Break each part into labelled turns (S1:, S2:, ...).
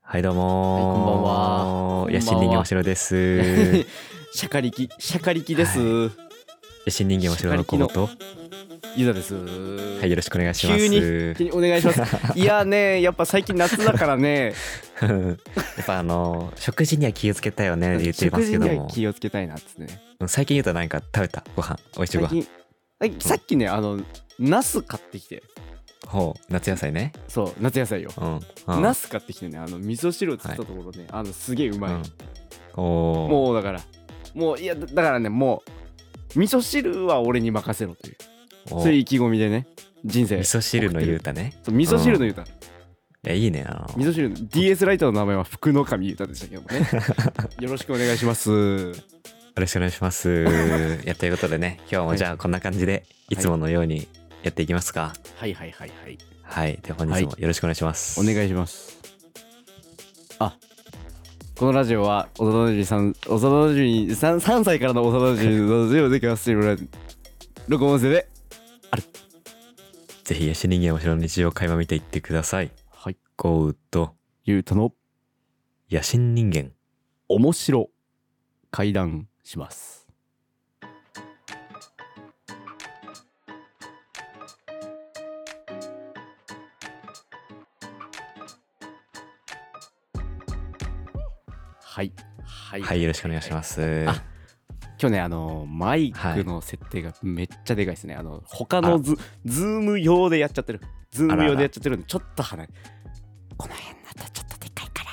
S1: はいどうもー、
S2: はいこんばんは
S1: 野心人形おしろです
S2: シャカリキ、シャカリキです。
S1: 野心人形おしろの小言は
S2: ゆだです。
S1: いよろしくお願いします
S2: 急に、急にお願いします。いやね、やっぱ最近夏だからね、
S1: やっぱあのー食事に は気をつけたいよねって言ってま
S2: 食
S1: す
S2: 事
S1: けど
S2: には
S1: も
S2: 気をつけたいなっつってね。
S1: うん最近言うとなんか食べたご飯美味しいご
S2: 最
S1: 飯
S2: 近、最近さっきね、あの、ナス買ってきて、
S1: ほう夏野菜ね
S2: そう、夏野菜よ。
S1: うん、うん、
S2: ナス買ってきてね、あの、味噌汁を作ったところね、あの、すげえうまい。
S1: うん、おー
S2: もうだから、もう、いや、だだからね、もう、味噌汁は俺に任せろという、
S1: おー
S2: そういう意気込みでね、人生、
S1: 味噌汁の言うたね
S2: そう味噌汁の言うたら、
S1: いやいいねあの
S2: 味噌汁の DS ライターの名前は福の神歌でしたけども ねよろしくお願いします
S1: よろしくお願いします。 いやということでね、今日もじゃあこんな感じで、いつものようにやっていきますか。
S2: はいはいはいはい
S1: はい。で、本日もよろしくお願いします。
S2: お願いしますあこのラジオは幼馴染さん幼馴染さん3歳からの幼馴染のラジオで聞かせてもらう録音声で
S1: ぜひ、ヤシ人間お城の日常を垣間見ていってください。
S2: はい
S1: ゴーと、
S2: ゆうたの
S1: 野心人間。
S2: 面白会談しますはいはい、
S1: はい、よろしくお願いします。
S2: あ去年あのマイクの設定がめっちゃでかいですね、あの他のズズーム用でやっちゃってるズーム用でやっちゃってるんでちょっと離れこの辺だとちょっとでかいから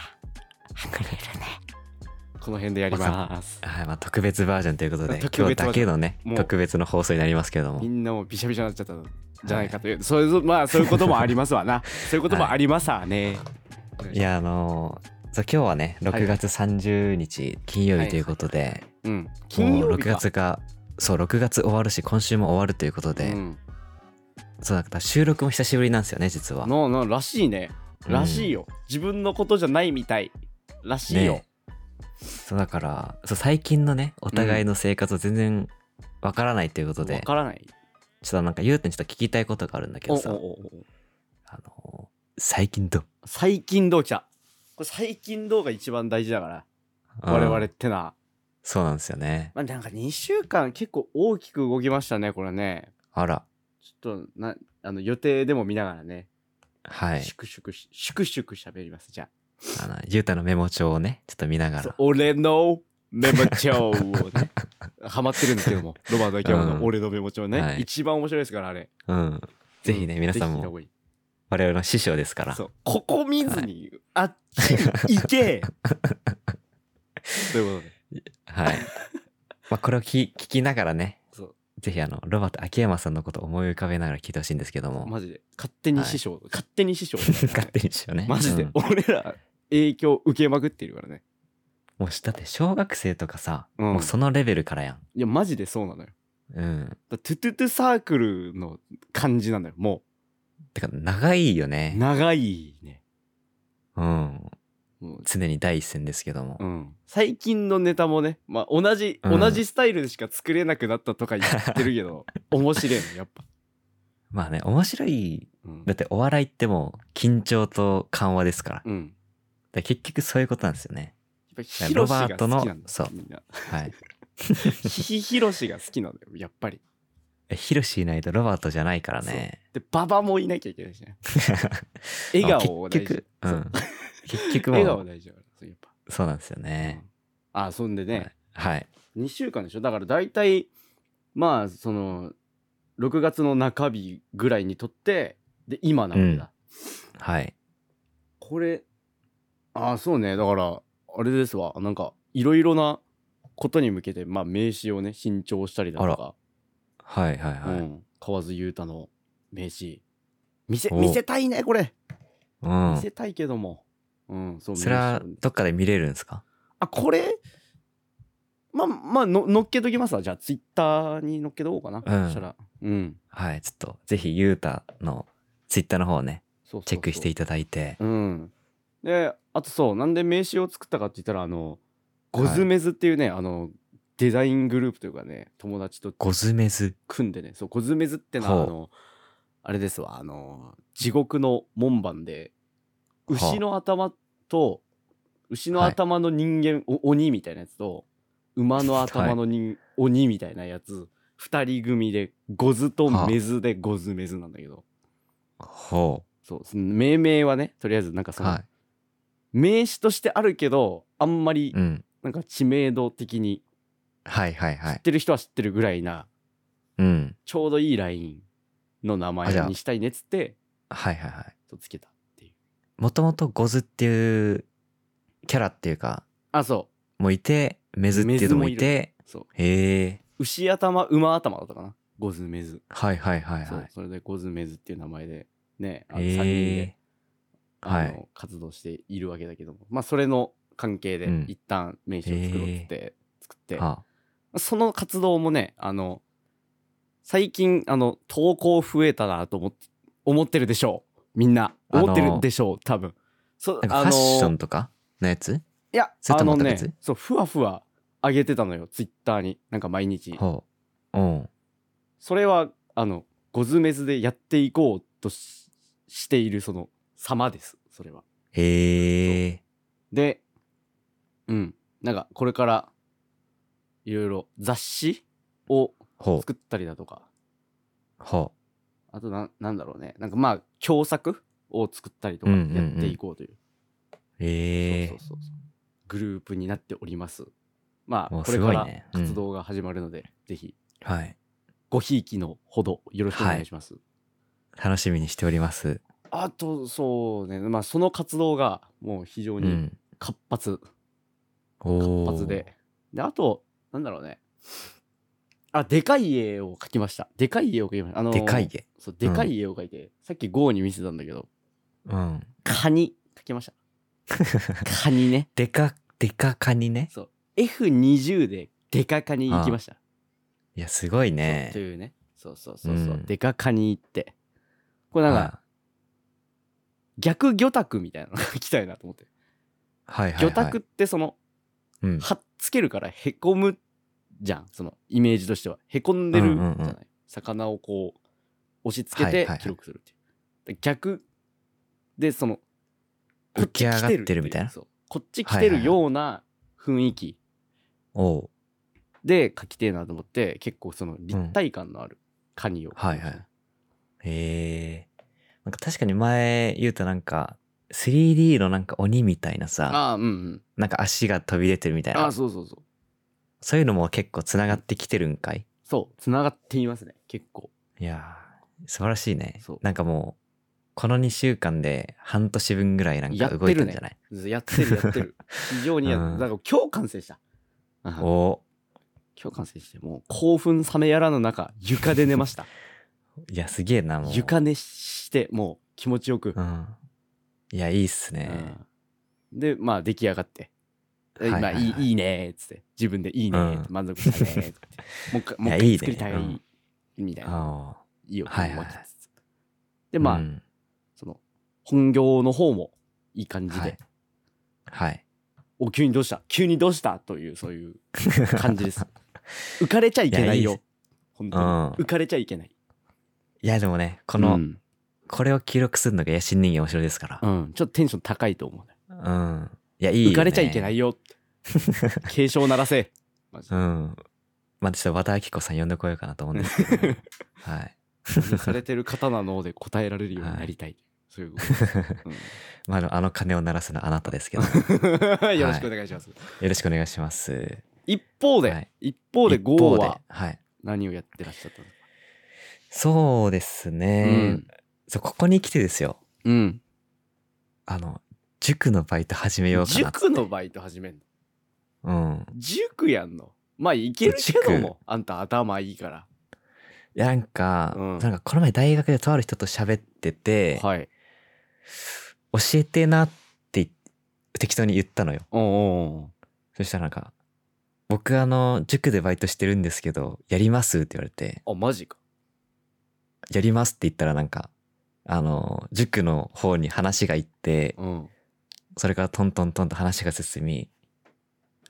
S2: 離れるねこの辺でやります
S1: はい、まあ特別バージョンということで、
S2: 特別
S1: 今
S2: バー
S1: 日
S2: ジョン
S1: だけのね
S2: も、う
S1: 特別の放送になりますけれども
S2: み。んなもうびしゃびしゃになっちゃったんじゃないかという、そういうまあそういうこともありますわ なそういうこともありますわね、
S1: いや、あのーそう今日はね、6月30日金曜日ということで、
S2: うん金
S1: もう
S2: 曜日
S1: 6
S2: か
S1: 月が、そう、6月終わるし、今週も終わるということで、
S2: うん、
S1: そうだから収録も久しぶりなんですよね、実は。
S2: ののらしいね
S1: うん
S2: らしいよ、自分のことじゃないみたいらしいよ、
S1: ねそうだからそう最近のねお互いの生活を全然わからないということで、
S2: わ
S1: ちょっ
S2: からない
S1: となんかゆうてんちょっと聞きたいことがあるんだけどさ
S2: おおおお
S1: あの最近と
S2: 最近どうきたこれ最近どうが一番大事だから我々ってな、
S1: そうなんですよね
S2: まあ、なんか2週間結構大きく動きましたねこれね
S1: あら
S2: ちょっとなあの予定でも見ながらね、
S1: はい
S2: 粛々し粛々しゃべりますじゃ
S1: あのゆうたのメモ帳をねちょっと見な
S2: あ
S1: が
S2: そう
S1: ら
S2: 俺のメモ帳 をねハマってるんですけどもロバート秋山
S1: うん
S2: の俺のメモ帳ね、
S1: はい
S2: 一番面白いですからあれ
S1: うんぜひね皆さんも
S2: ぜひ聞いた方がいい
S1: 我々の師匠ですから
S2: そうここ見ずに、あっち 行けということで
S1: はい まあこれをき聞きながらね
S2: そう
S1: ぜひあのロバート秋山さんのことを思い浮かべながら聞いてほしいんですけども、
S2: マジで勝手に師匠、勝手に師匠
S1: 勝手にしようね
S2: マジで、
S1: うん
S2: 俺ら影響受けまくってるからね
S1: もうだって小学生とかさ、
S2: うん
S1: もうそのレベルからやん
S2: いやマジでそうなのよ
S1: うん
S2: だトゥトゥトゥサークルの感じなんだよも
S1: てか長いよ
S2: う
S1: ね。
S2: 長いね
S1: うん。
S2: もう
S1: 常に第一線ですけども。
S2: うん、最近のネタもね、まあ、同じ、
S1: うん
S2: 同じスタイルでしか作れなくなったとか言ってる けど面白いのやっぱ、
S1: まあね、面白い。
S2: うん
S1: だってお笑いってもう緊張と緩和ですから。だか
S2: うん
S1: ら結局そういうことなんですよね。
S2: やっぱヒロシが好きな
S1: ロ
S2: んだ
S1: バートのそう
S2: みんな
S1: はい。
S2: ヒヒロシが好きなんだよやっぱり
S1: えヒロシいないとロバートじゃないからね。
S2: で馬場もいなきゃいけないしね 笑顔を大
S1: 結
S2: 事
S1: 局、うん。結局
S2: 笑
S1: も
S2: 顔
S1: う、
S2: 大事だからそうやっぱ
S1: そうなんですよね。
S2: うんあそんでね、
S1: はい。
S2: 2週間でしょだから大体まあその6月の中日ぐらいにとってで今なわけだ、
S1: はい。
S2: これあそうねだからあれですわなんかいろいろなことに向けて、まあ、名刺をね新調したりだとか、
S1: はいはいは
S2: う
S1: い。
S2: ん、河津裕太の名刺見せ
S1: お
S2: 見せたいねこれ、
S1: うん。
S2: 見せたいけども、うん、そう
S1: それは
S2: 名刺を
S1: どっかで見れるんですか
S2: あこれまあまあの乗っけときますわじゃあツイッターに乗っけとこうかな、
S1: うん
S2: そしたらうん
S1: はい。ちょっと、ぜひ、ゆうたのツイッターの方をね、
S2: そうそうそう
S1: チェックしていただいて。
S2: うんであとそうなんで名刺を作ったかって言ったらあのゴズメズっていうね、あのデザイングループというかね友達と
S1: ごずめず。
S2: 組んでねそうゴズメズってのは
S1: ほう
S2: あのあれですわあの地獄の門番で
S1: はあ
S2: 牛の頭と牛の頭の人間、お鬼みたいなやつと馬の頭の人、鬼みたいなやつ2人組でゴズとメズでゴズメズなんだけど
S1: ほ。
S2: そうその命名はねとりあえずなんかそうの、
S1: は
S2: 名詞としてあるけどあんまり
S1: い。うん。
S2: なんか知名度的に
S1: はいはいは
S2: 知っ
S1: い。
S2: てる人は知ってるぐらいな
S1: うん。
S2: ちょうどいいラインの名
S1: あじゃ
S2: 前
S1: あ
S2: にしたいねっつって
S1: はいはいはい。
S2: そうつけたっていう
S1: もともとゴズっていうキャラっていうか、
S2: あそ
S1: もいて、メズっていうのもいて、
S2: うそう
S1: へえ。
S2: 牛頭馬頭だったかなゴズメズ
S1: はいはいはい
S2: そ
S1: は
S2: う
S1: い。
S2: それでゴズメズっていう名前でねあの3人
S1: へ
S2: で
S1: え。
S2: あ
S1: はい
S2: の活動しているわけだけどもまあそれの関係で
S1: うん
S2: 一旦名刺を作ろうっつって作ってま
S1: は
S2: あその活動もねあの最近あの投稿増えたなと思って思ってるでしょうみんな
S1: あのー
S2: 思ってるでしょう多分そう
S1: あ、なんか
S2: あ
S1: ファ
S2: の
S1: ッショ
S2: ー
S1: ンとかのやつ
S2: いや
S1: それ
S2: あ
S1: とも
S2: の
S1: また別
S2: ねそうふわふわ上げてたのよツイッターになんか毎日
S1: ほう。うん。
S2: それはあのゴズメズでやっていこうとししているその様ですそれは
S1: へえ。
S2: でうんなんかこれからいろいろ雑誌を
S1: ほう。
S2: 作ったりだとか
S1: ほ
S2: あとなんなんだろうねなんかまあ共作を作ったりとか
S1: う
S2: や
S1: んうんうん
S2: っていこうという,、
S1: う。へえ
S2: そう。そうそうそうグループになっておりますま
S1: お
S2: あこ
S1: す
S2: れ
S1: ご
S2: か
S1: い
S2: ら
S1: ねうん
S2: 活動が始まるので、ぜひ
S1: はい。
S2: ごひいきのほどよろしくお願いします、
S1: 楽しみにしております。
S2: あとそうねまあその活動がもう非常
S1: う
S2: に
S1: ん。
S2: 活発、
S1: お
S2: 活
S1: ー
S2: 発で。であとなんだろうねあでかい絵を描きましたでかい絵を描きましたあのー
S1: でかいげ。
S2: そうでかい絵を描いて、さっきゴーに見せたんだけど
S1: うん。
S2: カニ描きましたカニね
S1: でか、でかカニね。
S2: そう F20 ででかカニ行きました
S1: いや、すごい
S2: そうと
S1: ね。
S2: いうねそうそうそうそう、
S1: うん
S2: でかカニ行ってこれなんか、
S1: は
S2: 逆魚拓みたいなの描きたいなと思って、
S1: はいはいはい。
S2: 魚拓ってその
S1: うん。
S2: はっつけるからへこむじゃんそのイメージとしてはへこんでる
S1: う
S2: じ
S1: ん
S2: ゃ
S1: う
S2: ない、
S1: んうん
S2: 魚をこう押し付け
S1: はい
S2: て
S1: はいはい
S2: 記録するっていう、逆でその
S1: 浮き上がってるみたいな。
S2: そうこっち来てるような雰囲気
S1: おう。
S2: で書きてえなと思って結構その立体感のあるカニを、
S1: はいはいへえ。なんか確かに前言うとなんか 3D のなんか鬼みたいなさ、
S2: ああうんうん
S1: なんか足が飛び出てるみたい
S2: あ
S1: な
S2: あ。そうそうそう
S1: そういうのも結構つながってきてるんかい
S2: そうつながっていますね結構
S1: いやー、素晴らしいね
S2: そう。
S1: なんかもう、この2週間で半年分ぐらいなん
S2: や
S1: か
S2: ってる
S1: 動いたんじゃない、
S2: やってるやって る非常にや
S1: うん
S2: だから今日完成したうん
S1: お
S2: 今日完成してもう興奮冷めやらぬ中床で寝ました
S1: いや、すげえ な、もう。
S2: 床寝してもう気持ちよく、
S1: うん。いや、いいっすね。
S2: うんでまあ出来上がって「
S1: はいはいはい
S2: まあいいいいね」っつって自分で「いいねー」って
S1: う
S2: 満足した ねーっつってもう一回もう一
S1: いやいいね
S2: 回作りたい
S1: うん
S2: みたいな
S1: ああ。
S2: いいよ
S1: はいはい
S2: 思いつつでまあ、
S1: うん
S2: その本業の方もいい感じで「
S1: はいはい。
S2: お急にどうした急にどうした?」というそういう感じです浮かれちゃいけないよ
S1: いやいい
S2: 本当に、
S1: うん
S2: 浮かれちゃいけな い
S1: いや、でもね、こ
S2: こ
S1: の、
S2: うん
S1: これを記録するのが野心人間面白いですから。
S2: うん、ちょっとテンション高いと思
S1: う
S2: う
S1: ん。いや、いいよ、ね。
S2: 浮かれちゃいけな いよ。警鐘を鳴らせ。マジ
S1: う
S2: で
S1: ん。まあ、ちょっと和田明子さん呼んでこようかなと思うんですけ ども。はい。
S2: されてる方なので答えられるようになりたい。そういうこと
S1: まああの、あの鐘を鳴らすのはあなたですけ ど、よ
S2: です。よろしくお願いします。
S1: ろしくお願いします。
S2: 一方で、
S1: はい
S2: 一方で
S1: 一
S2: GO は
S1: はい。
S2: 何をやってらっしゃったんですか、
S1: そうですね、そう、ここに来てですよ。
S2: うん。うん。
S1: あの、塾のバイト始めようかな。
S2: 塾のバイト始めんの
S1: うん。
S2: 塾やんのまあいけるけど
S1: 塾
S2: も、あんた頭いいから。
S1: いや、なんか、
S2: うん
S1: なんかこの前大学でとある人と喋ってて、
S2: はい。
S1: 教えてなって適当に言ったのよ。
S2: おうお
S1: そしたらなんか、僕あの、塾でバイトしてるんですけど、やりますって言われて、
S2: うおうあ、マジか。
S1: やりますって言ったらなんか、あの、塾の方に話が行って、
S2: うん。
S1: それからトントントンと話が進み、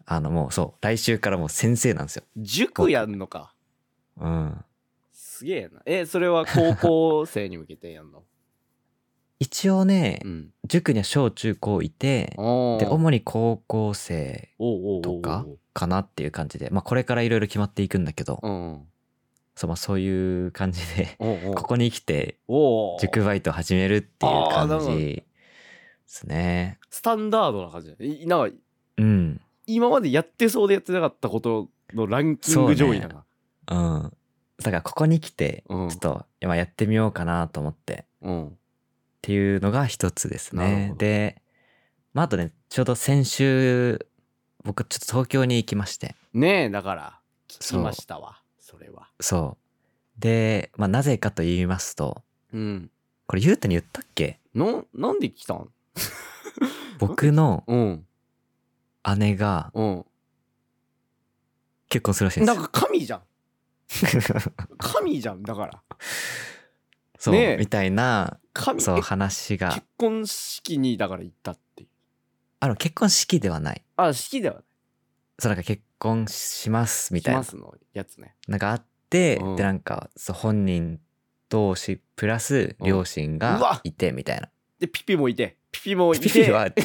S1: あのもうそう、来週からもう先生なんですよ。
S2: 塾やんのか。
S1: うん。
S2: すげえな。え、それは高校生に向けてやんの
S1: 一応ね、
S2: うん。
S1: 塾には小中高いて、
S2: お
S1: で、主に高校生
S2: おうおうおう
S1: とかかなっていう感じで、まあこれからいろいろ決まっていくんだけど、
S2: うん。
S1: そう、まあそういう感じで、
S2: おうおう
S1: ここに来て
S2: おう
S1: 塾バイトを始めるっていう
S2: あーな
S1: 感
S2: るほ
S1: じ
S2: ど
S1: ですね。
S2: スタンダードな感じだいなんか
S1: うん。
S2: 今までやってそうでやってなかったことのランキング上位だな
S1: うん。だからここに来て、ち
S2: う
S1: ょ
S2: ん
S1: っと今やってみようかなと思って。
S2: うん
S1: っていうのが一つです
S2: なるほ
S1: ね
S2: ど。
S1: で、まあ、あとね、ちょうど先週、僕ちょっと東京に行きまして、
S2: ねえだから聞き
S1: そう
S2: ましたわそれは
S1: そう。で、まあ、なぜかと言いますと、
S2: うん
S1: これ、ゆうたに言ったっけ
S2: のなんで来たん
S1: 僕の
S2: うん
S1: 姉が
S2: うん
S1: 結婚するらしいんで
S2: な
S1: す
S2: ん
S1: よ。
S2: か神じゃん神じゃんだから
S1: そう、
S2: ねえ
S1: みたいな、
S2: 神
S1: そう、
S2: え
S1: 話が
S2: 結。婚式にだから行ったっていう
S1: あの、結婚式ではない。
S2: あ式では
S1: そう、なんか結婚します、み
S2: 来
S1: たい
S2: ま
S1: な。
S2: すのやつね
S1: なんかあって、
S2: うん
S1: で、なんか、そう、本人同士、プラス、両親
S2: うんうわ
S1: がいて、みたいな。
S2: でピピもいてピピもいて
S1: ピピは、ピ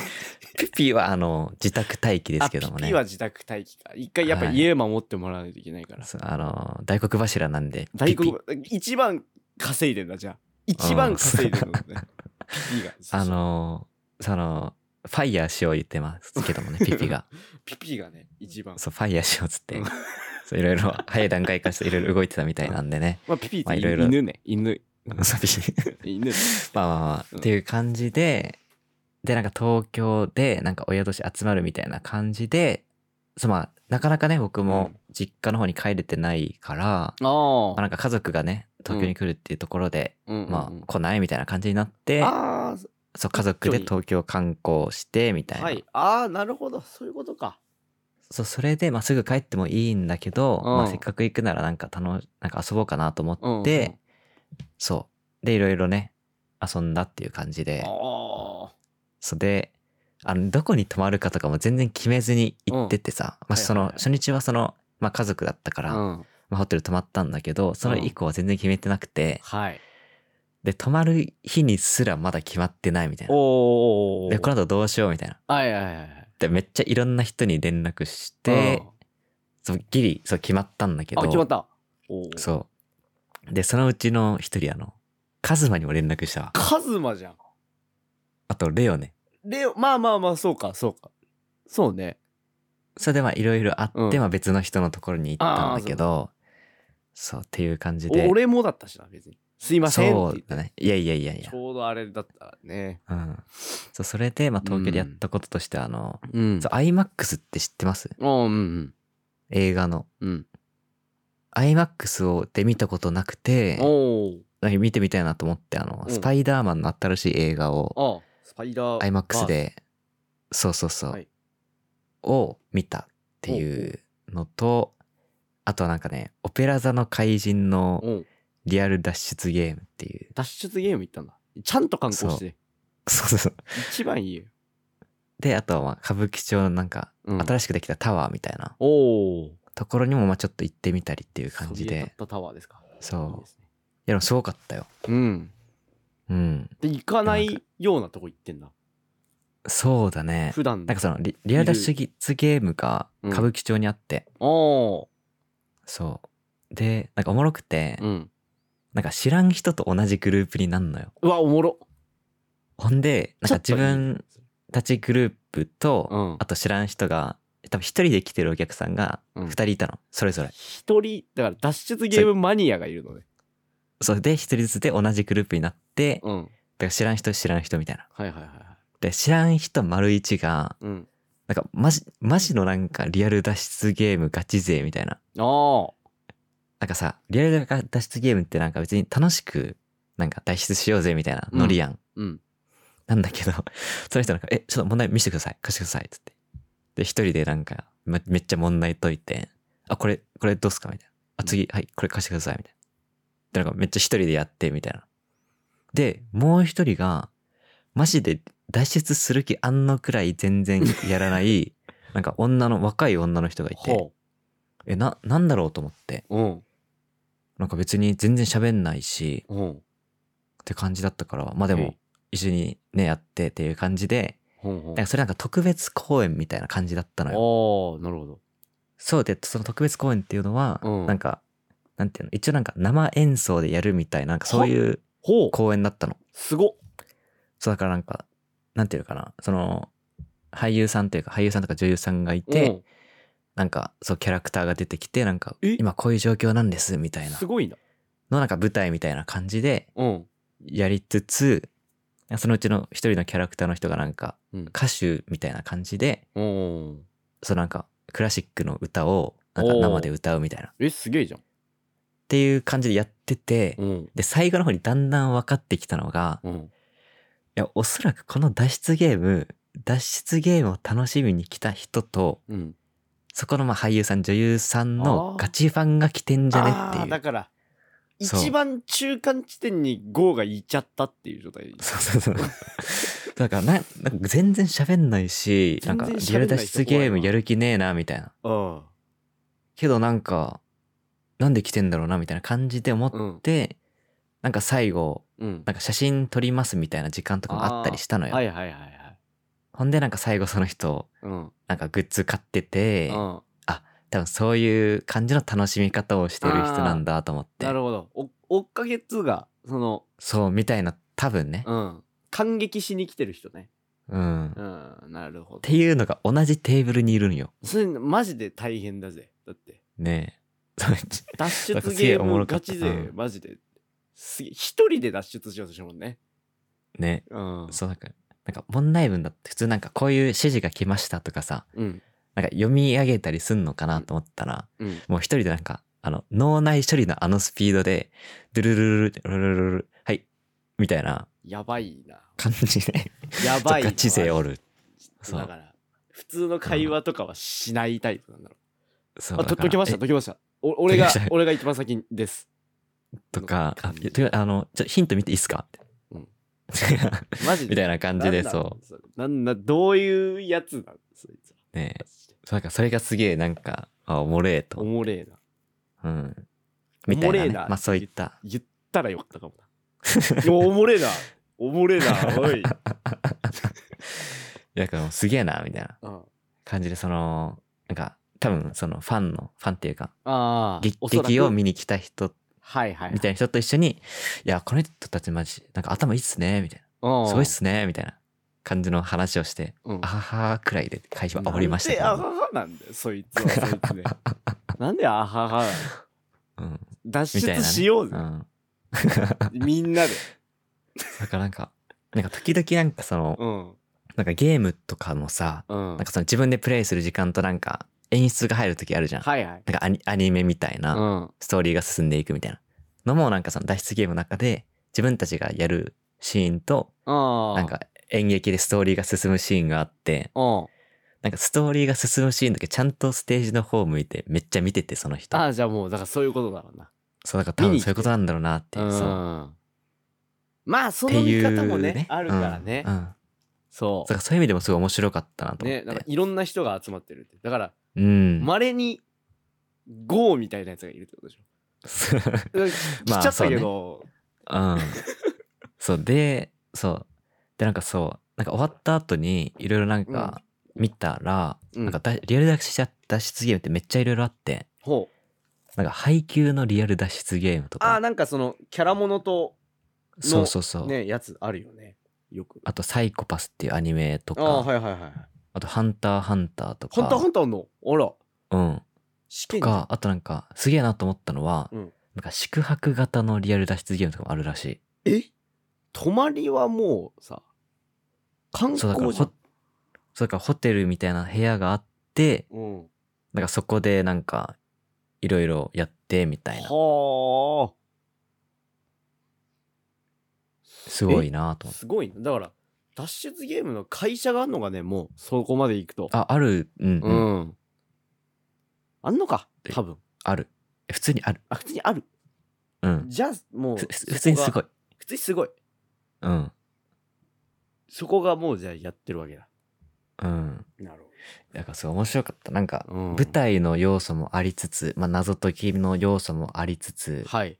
S1: ピはあの、自宅待機ですけども
S2: あピ
S1: ね
S2: ピ。は自宅待機か一回やっぱ
S1: はい
S2: 家守ってもらわないといけないから、
S1: そうあの、大黒柱なんで、
S2: 大黒
S1: ピピ
S2: 一番稼いでんだじゃあ一番稼いでるの ねピピが
S1: あの、その、ファイヤーしよう言ってますけどもね、ピピ が。
S2: ピピがね一番、
S1: そう、ファイヤーしようっつって
S2: うん、
S1: そういろいろ、早い段階からしていろいろ動いてたみたいなんでね。
S2: まあ、ピピっ
S1: まあ
S2: て
S1: いろいろ
S2: 犬ね犬
S1: そうピピ
S2: 犬
S1: まあまあまあ、っていう感じで、で、なんか東京で、なんか親同士集まるみたいな感じで、そうまあ、なかなかね、僕も実家の方に帰れてないから、
S2: あ
S1: まあ、なんか家族がね東京に来るっていうところで、
S2: あ、うん
S1: ま
S2: うん
S1: あ来ないみたいな感じになって、
S2: あ
S1: そう家族で東京観光してみたい
S2: あ
S1: な、
S2: はいああなるほどそういうことか
S1: そうそれで、まあ、すぐ帰ってもいいんだけど、
S2: うん
S1: まあ、せっかく行くならなんか楽しなんか遊ぼうかなと
S2: うんう
S1: 思
S2: ん
S1: って、そうでいろいろね遊んだっていう感じで
S2: ああ
S1: そうであのどこに泊まるかとかも全然決めずに行っててさ、まあ、そ
S2: はい
S1: の
S2: はいはい
S1: 初日はその、まあ、家族だったから、
S2: うん
S1: まあ、ホテル泊まったんだけどそれ以降は全然決めてなくて、
S2: はい
S1: で、泊まる日にすらまだ決まってないみたいな。
S2: おお
S1: で、この後どうしようみたいな。
S2: はいはいはいはい
S1: で、めっちゃいろんな人に連絡して、そうギリ、そう、決まったんだけ
S2: うん
S1: ど。
S2: あ決まったおお
S1: そう。で、そのうちの一人、あの、カズマにも連絡したわ。
S2: カズマじゃん
S1: あと、レオね。
S2: レオまあまあまあそうかそうかそうね
S1: それで、まあ、いろいろあって、
S2: うん
S1: まあ、別の人のところに行ったんだけど、そう、っていう感じで。
S2: お俺もだったしな別にすいません
S1: そ
S2: って
S1: う
S2: 言って
S1: だね。いやいやいやいや
S2: ち。ょうどあれだったね
S1: うん。そう、それで、まあ、東京でやったこととして、あの、
S2: うん
S1: そう、IMAX って知ってます
S2: うんうん
S1: 映画の。
S2: うん
S1: マをで見たことなくて、
S2: おー
S1: なんか見てみたいなと思って、あの、
S2: うん
S1: スパイダーマンの新しい映画を、
S2: あスパイダー
S1: アイマックスで、そうそうそう、
S2: はい
S1: を見たっていうのと、あとはなんかね、オペラ座の怪人の
S2: うん
S1: リアル脱出ゲームっていう、
S2: 脱出ゲーム行ったんだちゃんと観光して
S1: そうそうそう。
S2: 一番いいよ
S1: で、あとはまあ歌舞伎町のなんか、
S2: うん
S1: 新しくできたタワーみたいな
S2: おお
S1: ところにもまあちょっと行ってみたりっていう感じ
S2: そびえ立
S1: で
S2: っ、たタワーですか
S1: そう
S2: いいです
S1: い
S2: ね
S1: やでもすごかったよ。
S2: うん
S1: うん。
S2: で行か
S1: な
S2: な
S1: ん
S2: いようなとこ行ってんだ
S1: そうだね。
S2: 普段
S1: なんかそのリリアル脱出ゲームが
S2: うん
S1: 歌舞伎町にあって、
S2: おお
S1: そう。で、なんかおもろくて、
S2: ーうん
S1: なんか知らん人と同じグループになんのよ。
S2: うわおもろ
S1: ほんで、なんか自
S2: ちょっといい
S1: 分たちグループと、
S2: うん
S1: あと知らん人が、多分一人で来てるお客さんが
S2: うん
S1: 二人いたの、それぞれ。
S2: 一人だから脱出ゲームマニアがいるのね
S1: そうで、一人ずつで同じグループになって、だか
S2: うん
S1: ら知らん人知らん人みたいな。
S2: はいはいはいはい
S1: で、知らん人丸一が、
S2: うん
S1: なんかマジ、マジのなんかリアル脱出ゲームガチ勢みたいな。
S2: ああ
S1: なんかさ、リアル脱出ゲームってなんか別に楽しく、なんか脱出しようぜみたいなノリやん
S2: うん
S1: なんだけど、 その人なんか、え、ちょっと問題見せてください。貸してください。つって。で、一人でなんか、めめっちゃ問題解いて、あ、これ、これどうすかみたいな。あ、次、はい、これ貸してください。みたいな。で、なんかめっちゃ一人でやって、みたいな。で、もう一人が、マジで脱出する気あんのくらい全然やら ない、なんか女の、若い女の人がいて、
S2: ほ
S1: え、な、なんだろうと思って。
S2: ううん
S1: なんか別に全然喋んないし、
S2: うん
S1: って感じだったから、まあでも、一緒にね、やってっていう感じで、
S2: ほんほん
S1: なんかそれなんか特別公演みたいな感じだったのよ。
S2: おーなるほど
S1: そうで、その特別公演っていうのは、
S2: うん
S1: なんか、なんていうの、一応なんか生演奏でやるみたいな、なんかそういう
S2: ほう
S1: 公演だったの。
S2: すごっ
S1: そうだからなんか、なんていうのかな、その、俳優さんというか、俳優さんとか女優さんがいて、
S2: うん
S1: なんか、そう、キャラクターが出てきて、なんか、
S2: え
S1: 今こういう状況なんです、みたいな
S2: す、ごいな
S1: のなんか舞台みたいな感じで
S2: うん
S1: やりつつ、そのうちの一人のキャラクターの人がなんか、
S2: うん
S1: 歌手みたいな感じで、
S2: うん
S1: そうなんか、クラシックの歌を、なんか
S2: おー
S1: 生で歌うみたいな。っ
S2: えすげえじゃん
S1: ていう感じでやってて、
S2: うん
S1: で、最後の方にだんだん分かってきたのが、
S2: うん
S1: いや、おそらくこの脱出ゲーム、脱出ゲームを楽しみに来た人と、
S2: うん
S1: そこのまあ俳優さん、女優さんの
S2: あー
S1: ガチファンが来てんじゃね
S2: あー
S1: ってい
S2: だ
S1: う。
S2: から
S1: そう
S2: 一番中間地点に GO がいちゃったっていう状態
S1: そうそうそう。 だからな、なんか全然喋んないし、なんか
S2: 全然
S1: リ
S2: 喋
S1: ア
S2: んな
S1: ル
S2: い人
S1: 脱出ゲームやる気ねえな、みたいな。
S2: うん
S1: けどなんか、なんで来てんだろうな、みたいな感じで思って、なんか最後、
S2: うん
S1: なんか写真撮りますみたいな時間とかもあったりしたのよ。
S2: はいはいはいはい
S1: ほんでなんか最後その人、
S2: うん
S1: なんかグッズ買ってて、
S2: うん
S1: 多分そういう感じの楽しみ方をしてる人なんだと思って
S2: な。るほどお追っかけっつうがその
S1: そう、みたいな、多分ね。
S2: うん感激しに来てる人ね
S1: うん。っ
S2: うんなるほど
S1: ていうのが同じテーブルにいるのよ。
S2: それマジで大変だぜだって
S1: ねえ。
S2: 脱
S1: なんか
S2: 出
S1: すげえ
S2: ゲー
S1: おも
S2: ム
S1: ろかっ
S2: ガ
S1: た
S2: チ勢
S1: うん
S2: マジですげえ一人で脱出しようとしてるもんね
S1: ね
S2: うん
S1: そうなんか、なんか問題文だって普通なんかこういう指示が来ましたとかさ、
S2: うん
S1: なんか読み上げたりすんのかなと思ったら、
S2: うん
S1: もう一人でなんか、あの、脳内処理のあのスピードで、ドゥルルルルルルルルル、はい、みたいな
S2: やば いな
S1: 感じで、
S2: やばいな
S1: ガチ勢おる。そう
S2: だから普通の会話とかはしないタイプなんだろ
S1: そう
S2: うあと解けました
S1: え
S2: 解けましたお俺が
S1: 解けました
S2: 俺が一番先です
S1: とか、あ
S2: 感じ
S1: いやとかあの、ちょヒント見ていいっすか
S2: うんマジ で
S1: みたいな感じで、そ
S2: そうなんだどういうやつなのそいつは
S1: う。ね
S2: マジで
S1: そうなんかそれがすげえなんか、あ、おもれえ
S2: お
S1: と。
S2: もれえな
S1: うん。みたいな、
S2: おもれえ
S1: ね。
S2: な
S1: まあそうい った。
S2: 言ったらよかったかもなお もれえなおもれえなおい、
S1: いや、だからもうすげえな、みたいな
S2: うん、
S1: 感じで、その、なんか、多分そのファンの、ファンっていうか、
S2: ああ
S1: 劇
S2: おそらく
S1: 劇を見に来た人
S2: はいはいはい
S1: みたいな人と一緒に、いや、この人たちマジ、なんか頭いいっすね、みたい
S2: うん
S1: な。すごいっすね、みたいな感じの話をして、
S2: うん
S1: あははくらいで会話終わりましたけ
S2: なんで
S1: ど。
S2: アハハなんだよそい つはそいつでなんでアハハなの
S1: うん。
S2: 脱
S1: みたいな、
S2: 出
S1: ね。
S2: しようぜ
S1: ん。
S2: みんなで
S1: だからなんか、なんか時々なんかその、
S2: うん
S1: なんかゲームとかもさ、
S2: うん
S1: なんかその自分でプレイする時間となんか演出が入る時あるじゃん。
S2: はいはい
S1: なんかアニアニメみたいうな、
S2: ん
S1: ストーリーが進んでいくみたいな。のもなんかその脱出ゲームの中で、自分たちがやるシーンと、
S2: あ
S1: なんか演劇でストーリーが進むシーンがあって、
S2: うん
S1: なんかストーリーが進むシーンだけちゃんとステージの方向いてめっちゃ見ててその人
S2: あ。あじゃあもうだからそういうことだろうな
S1: そうだから多
S2: 見
S1: 分
S2: に来
S1: そ
S2: て
S1: ういうことなんだろうなっていう。そう。
S2: んまあそ
S1: って
S2: の見
S1: いう
S2: 方もねあるからね
S1: うん。うんだ
S2: そ
S1: からそういう意味でもすごい面白かったな
S2: う
S1: と思っ
S2: ね
S1: て。
S2: なんかいろんな人が集まってるってだから
S1: うん。
S2: まれに GO みたいなやつがいるってことでしょ
S1: まあ
S2: 来ちゃったけど
S1: うん。そうで、そう。で、なんかそう、なんか終わった後にいろいろなんか見たら、
S2: うん
S1: なんかだリアル脱出脱出ゲームってめっちゃいろいろあって、
S2: ほう
S1: なんか配給のリアル脱出ゲームと
S2: ああ
S1: か、
S2: なんかそのキャラものと
S1: そうそうそう。
S2: ねやつあるよねよく
S1: あと、サイコパスっていうアニメと
S2: あ
S1: か、
S2: あはいはいはいはい
S1: あと、ハンターハンターとか。
S2: ハンターハンターあんのあら
S1: うん。
S2: 試験
S1: が、あとなんか、すげえなと思ったのは、
S2: うん
S1: なんか宿泊型のリアル脱出ゲームとかもあるらしい。
S2: え泊まりはもうさ観
S1: そうだから
S2: 光じゃ
S1: ホ
S2: ん、
S1: そうだからホテルみたいな部屋があって、
S2: うん、は
S1: なんかそこでなんか、いろいろやってみたいな。
S2: あ
S1: すごいなと思って。
S2: すごいなだから脱出ゲームの会社があんのがねもうそこまで行くと
S1: あ、ある、うん、
S2: う
S1: うん、
S2: ん、あんのか多分
S1: ある。え普通にある。
S2: あ普通にある
S1: うん。
S2: じゃあもう
S1: ふ普通にすご
S2: い
S1: い。
S2: 普通にすごい
S1: うん。
S2: そこがもうじゃあやってるわけだ
S1: うん。
S2: なるほ
S1: だからすごい面白かった。なんか、
S2: うん
S1: 舞台の要素もありつつ、まあ、謎解きの要素もありつつ、
S2: はい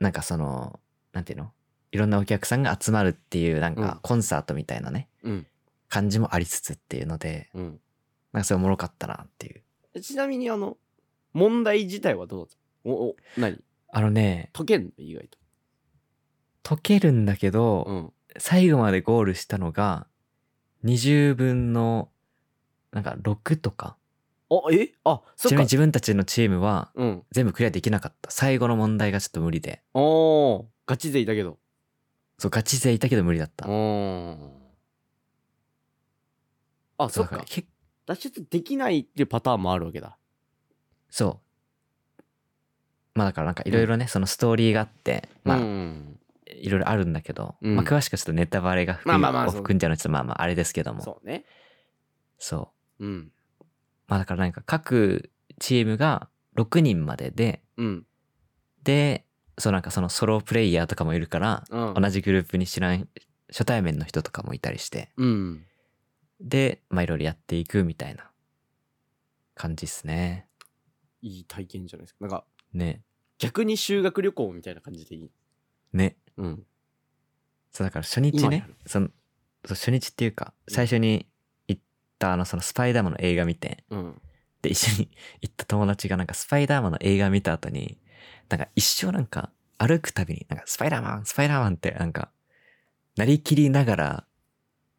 S1: なんかその、なんていうのいろんなお客さんが集まるっていうなん
S2: うん
S1: かコンサートみたいなね、
S2: うん
S1: 感じもありつつっていうので、
S2: うん
S1: なんかそれおもろかったなっていう。
S2: ちなみにあの問題自体はどうだったおお何
S1: あのね、
S2: 解けんの意外と
S1: 解けるんだけど、
S2: うん
S1: 最後までゴールしたのが、20分の、なんか6とか。
S2: あえあそ
S1: ち
S2: っ
S1: なみに
S2: か
S1: 自分たちのチームは
S2: うん
S1: 全部クリアできなかった。最後の問題がちょっと無理で。
S2: おーガチ勢いたけど
S1: そう、ガチ勢いたけど無理だった。
S2: うんあ
S1: そ
S2: そうっ
S1: だから
S2: か
S1: け
S2: 脱出できないっていうパターンもあるわけだ
S1: そう。まあだからなんかいろいろね、そのストーリーがあって、まあ、
S2: うん
S1: いろいろあるんだけど、
S2: うん
S1: まあ詳しくはちょっとネタバレが含,、
S2: まあまあまあそう
S1: 含んじゃうのはちょっとまあまああれですけども。そう。
S2: そうねうん
S1: まあだからなんか各チームが6人までで、
S2: うん
S1: で、そうなんかそのソロプレイヤーとかもいるから、
S2: うん
S1: 同じグループに知らん初対面の人とかもいたりして
S2: うん
S1: でまあいろいろやっていくみたいな感じっすね
S2: いい体験じゃないですかなんか
S1: ね
S2: 逆に修学旅行みたいな感じでいい
S1: ね
S2: うん
S1: そうだから初日
S2: 今や
S1: ね
S2: る
S1: そのそう初日っていうか最初に行ったあのそのスパイダーマンの映画見て
S2: うん
S1: で一緒に行った友達がなんかスパイダーマンの映画見た後になんか一生なんか歩くたびになんかスパイダーマンスパイダーマンってなんかなりきりながら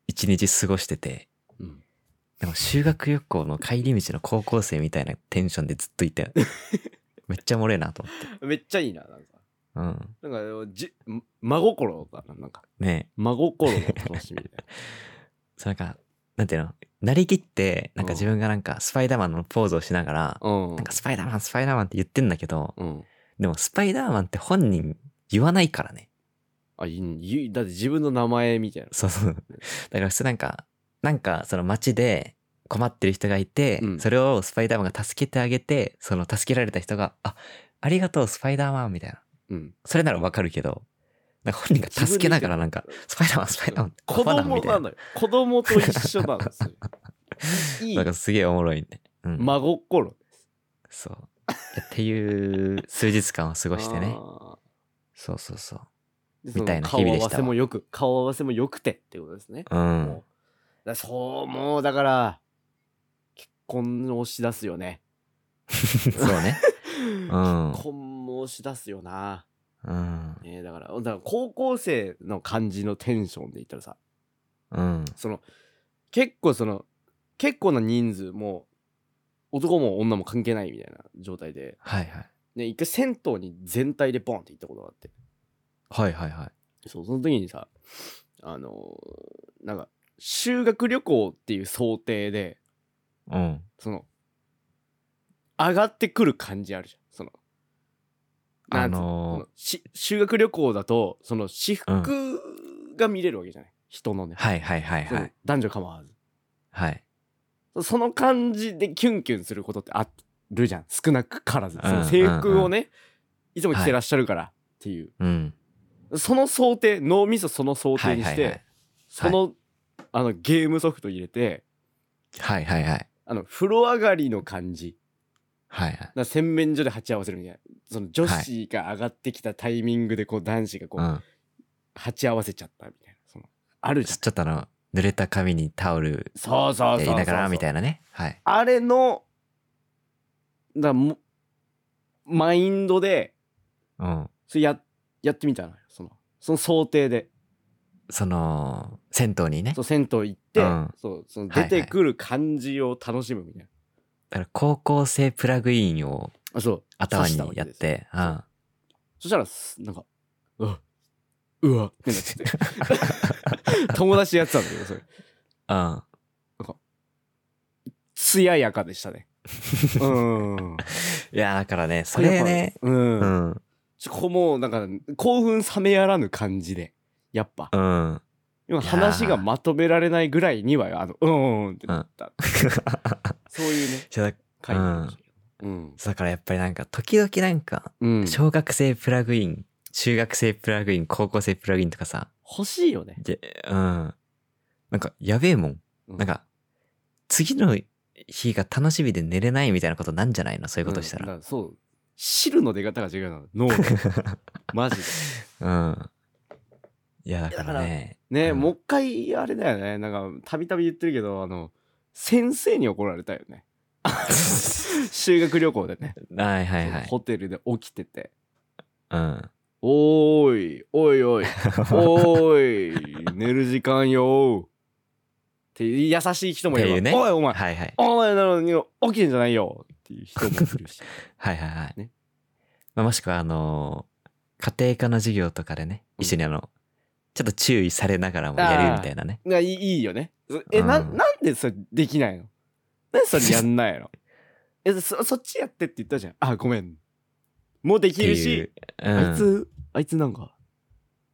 S1: 一日過ごしてて
S2: うん
S1: でも修学旅行の帰り道の高校生みたいなテンションでずっとい てめっちゃおもれえなと
S2: めっちゃいいななんか
S1: 思って。
S2: なんかでもじ真心だななんか
S1: うん。ねえ。
S2: 真心の楽しみみたい
S1: そうなんか、なんていうのなりきって、なんか自分がなんかスパイダーマンのポーズをしながら、
S2: な うん
S1: なんかスパイダーマン、スパイダーマンって言ってんだけど、
S2: うん
S1: でもスパイダーマンって本人言わないからね。
S2: あいいいいだって自分の名前みたいな
S1: そうそう。だから普通なんか、なんかその街で困ってる人がいて、
S2: うん
S1: それをスパイダーマンが助けてあげて、その助けられた人が、あ、ありがとうスパイダーマンみたいな。
S2: うん
S1: それならわかるけど、なんか本人が助けながらなんか、スパイダーマン、スパイダーマン、
S2: 子
S1: パダン
S2: 供なのよ子供と一緒なん ですよいい
S1: なんかすげえおもろいね。うん。
S2: 真心
S1: そう。いやっていう数日間を過ごしてね。
S2: あ
S1: そうそうそ
S2: ーその
S1: みたいな日々でしたわ
S2: 顔合わせもよく顔合わせもよくてってことですね、
S1: う。う。
S2: うんそうもうだから結婚をし出すよね
S1: そう ね。うん
S2: 結婚も押し出すよな、
S1: うん。
S2: ね、だからだから高校生の感じのテンションで言ったらさ
S1: うん。
S2: その結構その結構な人数も男も女も関係ないみたいな状態で、
S1: はいはい。
S2: ね、一回銭湯に全体でボンって行ったことがあって
S1: はいはいはい。
S2: そうその時にさあのーなんか修学旅行っていう想定で
S1: うん。
S2: その上がってくる感じあるじゃんその
S1: あ
S2: そ
S1: の
S2: のし修学旅行だとその私
S1: うん
S2: 服が見れるわけじゃない、人のね、
S1: ー、はいはいはいは
S2: その
S1: い。
S2: 男女構わず
S1: はい。
S2: そその感じでキュンキュンすることってあるじゃん少なからず
S1: うん
S2: その制服をね、いつも着てらっしゃるからっていう、
S1: うん。
S2: その想定脳みそその想
S1: は
S2: 定
S1: い
S2: に
S1: は
S2: し
S1: い
S2: て、
S1: はい。
S2: その,、あのゲームソフト入れて
S1: はいはいはい。
S2: あの風呂上がりの感じ
S1: はいはい。
S2: だから洗面所で鉢合わせるみたいなその女子が上がってきたタイミングでこう男子がこ
S1: う。
S2: うん鉢合わせちゃったみたいなそのあるじゃん
S1: ちょっとあの、濡れた髪にタオル
S2: そうそうそ
S1: や
S2: うそ
S1: り
S2: う
S1: ながらみたいなね。はい。
S2: あれのだからもマインドで
S1: うん。
S2: それややってみたのよそのその想定で
S1: その、銭湯にね。
S2: そう銭湯行って、
S1: うん
S2: そうその
S1: はい
S2: 出
S1: はい
S2: てくる感じを楽しむみたいな、
S1: だから高校生プラグインを
S2: あそう
S1: 頭
S2: 刺し
S1: に
S2: たわけ
S1: やっ
S2: ですよ
S1: て、うん。
S2: そしたらすなんかうわうわってなってて友達とや ってたんだけどそれ
S1: うん。
S2: 艶やかでしたねうん
S1: いや、だからね、それね、
S2: うん、
S1: うん。
S2: ちょこうもうなんか興奮冷めやらぬ感じでやっぱ
S1: うん。
S2: 今
S1: いやー
S2: 話がまとめられないぐらいにはあのうんうんうんってなった、そういうね
S1: そうだ
S2: 回になりましたけどうん
S1: だからやっぱりなんか、時々なんか、
S2: うん
S1: 小学生プラグイン、中学生プラグイン、高校生プラグインとかさ、
S2: 欲しいよね
S1: で、うん。なんか、やべえもん。
S2: うん
S1: なんか、次の日が楽しみで寝れないみたいなことなんじゃないのそういうことした
S2: うんだ
S1: ら。
S2: からそう汁の出方が違うの脳のマジで
S1: うん。いや、だからね。
S2: ね、
S1: うん
S2: もう一回あれだよねなんかたびたび言ってるけどあの先生に怒られたよね 修学旅行でね、
S1: はいはいはい。
S2: ホテルで起きてて
S1: うん。
S2: 「おーいお いおいおーい寝る時間よー」って優しい人もい
S1: ってい
S2: れ
S1: う
S2: ば「
S1: ね
S2: おいお前
S1: はいはい。
S2: お前なのに起きてんじゃないよ」っていう人もい るし
S1: はいはいはい。
S2: ね
S1: まあ、もしくは、あのー家庭科の授業とかでね、
S2: うん
S1: 一緒にあの、ちょっと注意されながらもやるみたいなね。
S2: ないいいよねえ、な
S1: うん
S2: なんでそれできないのなんでそれやんないのえそそっちやってって言ったじゃんあごめんもうで
S1: って
S2: きる
S1: い
S2: し
S1: う。う
S2: あい
S1: ん。
S2: つ、あいつなんか、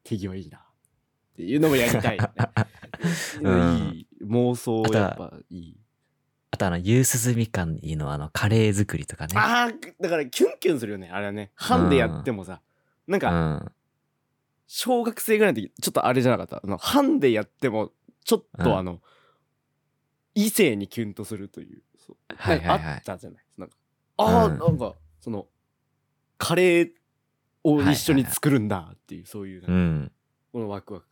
S2: 手際いいな。っていうのもやりたい よね、
S1: うん
S2: いい妄想やっぱいい。
S1: あとあの、夕涼みかんいいのあの、カレー作りとかね。
S2: ああー、だからキュンキュンするよね、あれはね。ハンでやってもさ、な
S1: う
S2: んか、
S1: ん。
S2: 小学生ぐらいの時、ちょっとあれじゃなかった。あの、ハンでやっても、ちょっ
S1: うん
S2: とあの、異性にキュンとするという。そう
S1: はいはいはい
S2: なんかあったじゃない。なんか、ああ、
S1: うん
S2: なんか、その、カレーを一緒に作るんだっていう、そういうな
S1: う
S2: んか、
S1: ん。
S2: このワクワク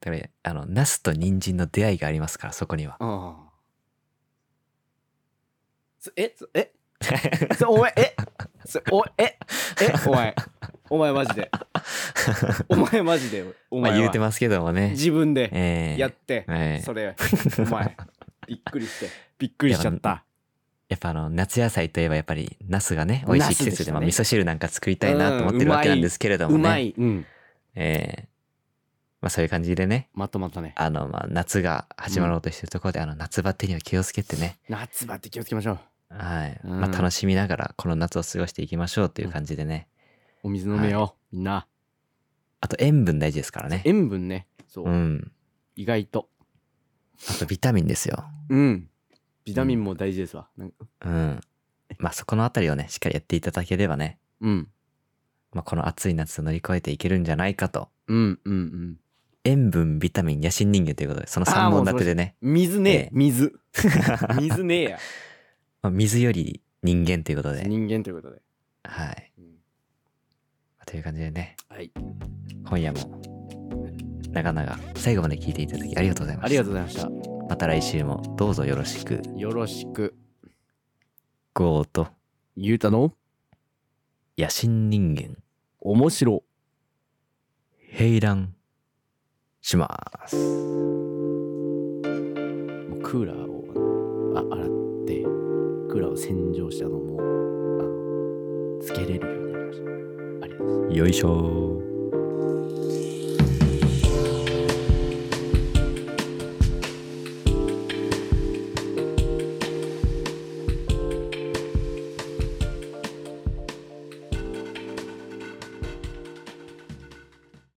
S1: だから、あの、ナスと人参の出会いがありますから、そこ には。
S2: ああ。そえそえそお前えそおええお前お前マジでお前マジでお
S1: まあ
S2: 前は
S1: 言うてますけどもね。
S2: 自分で
S1: ええ
S2: やって、
S1: ええ
S2: それお前びっくりしてびっくりしちゃった
S1: やっぱあの、夏野菜といえばやっぱり、ナスがね、美味しい季節で、
S2: ナスでしたね
S1: まあ、味噌汁なんか作りたいなと思ってるわけなんですけれども
S2: う
S1: ね。
S2: まい、うん、
S1: ええまあそういう感じでね、
S2: まとまったね
S1: あの、まあ夏が始まろうとしてるところで、あの、夏バテには気をつけてね、
S2: 夏場って気をつけましょう
S1: はい。
S2: うん
S1: まあ楽しみながら、この夏を過ごしていきましょうという感じでね。
S2: お水飲めよ、みんな
S1: あと塩分大事ですからね。
S2: 塩分ねそう、
S1: うん。
S2: 意外と
S1: あとビタミンですよ。
S2: うんビタミンも大事ですわなんか
S1: うん。まあそこのあたりをね、しっかりやっていただければね、
S2: うん
S1: まあこの暑い夏を乗り越えていけるんじゃないかと。
S2: うんうんうん
S1: 塩分、ビタミン、野心人間ということで、その
S2: あ
S1: 3
S2: ーも
S1: 本
S2: う
S1: 立てでね、
S2: 水ねえ、
S1: ええ
S2: 水水ねえや
S1: まあ、水より人間ということで、
S2: 人間ということで、
S1: はい。
S2: うん
S1: という感じでね、
S2: はい
S1: 今夜も、長々、最後まで聞いていただきありがとうございま
S2: あ
S1: し
S2: り
S1: た
S2: が。とうございました
S1: また来週もどうぞよろしく。
S2: よろしく
S1: ゴーと
S2: ゆうたの
S1: 野心人間、
S2: 面白
S1: 平乱します。
S2: もうクーラーをあ洗ってクーラーを洗浄したのもあのつけれるようになりましたありがとうございます
S1: よいしょー。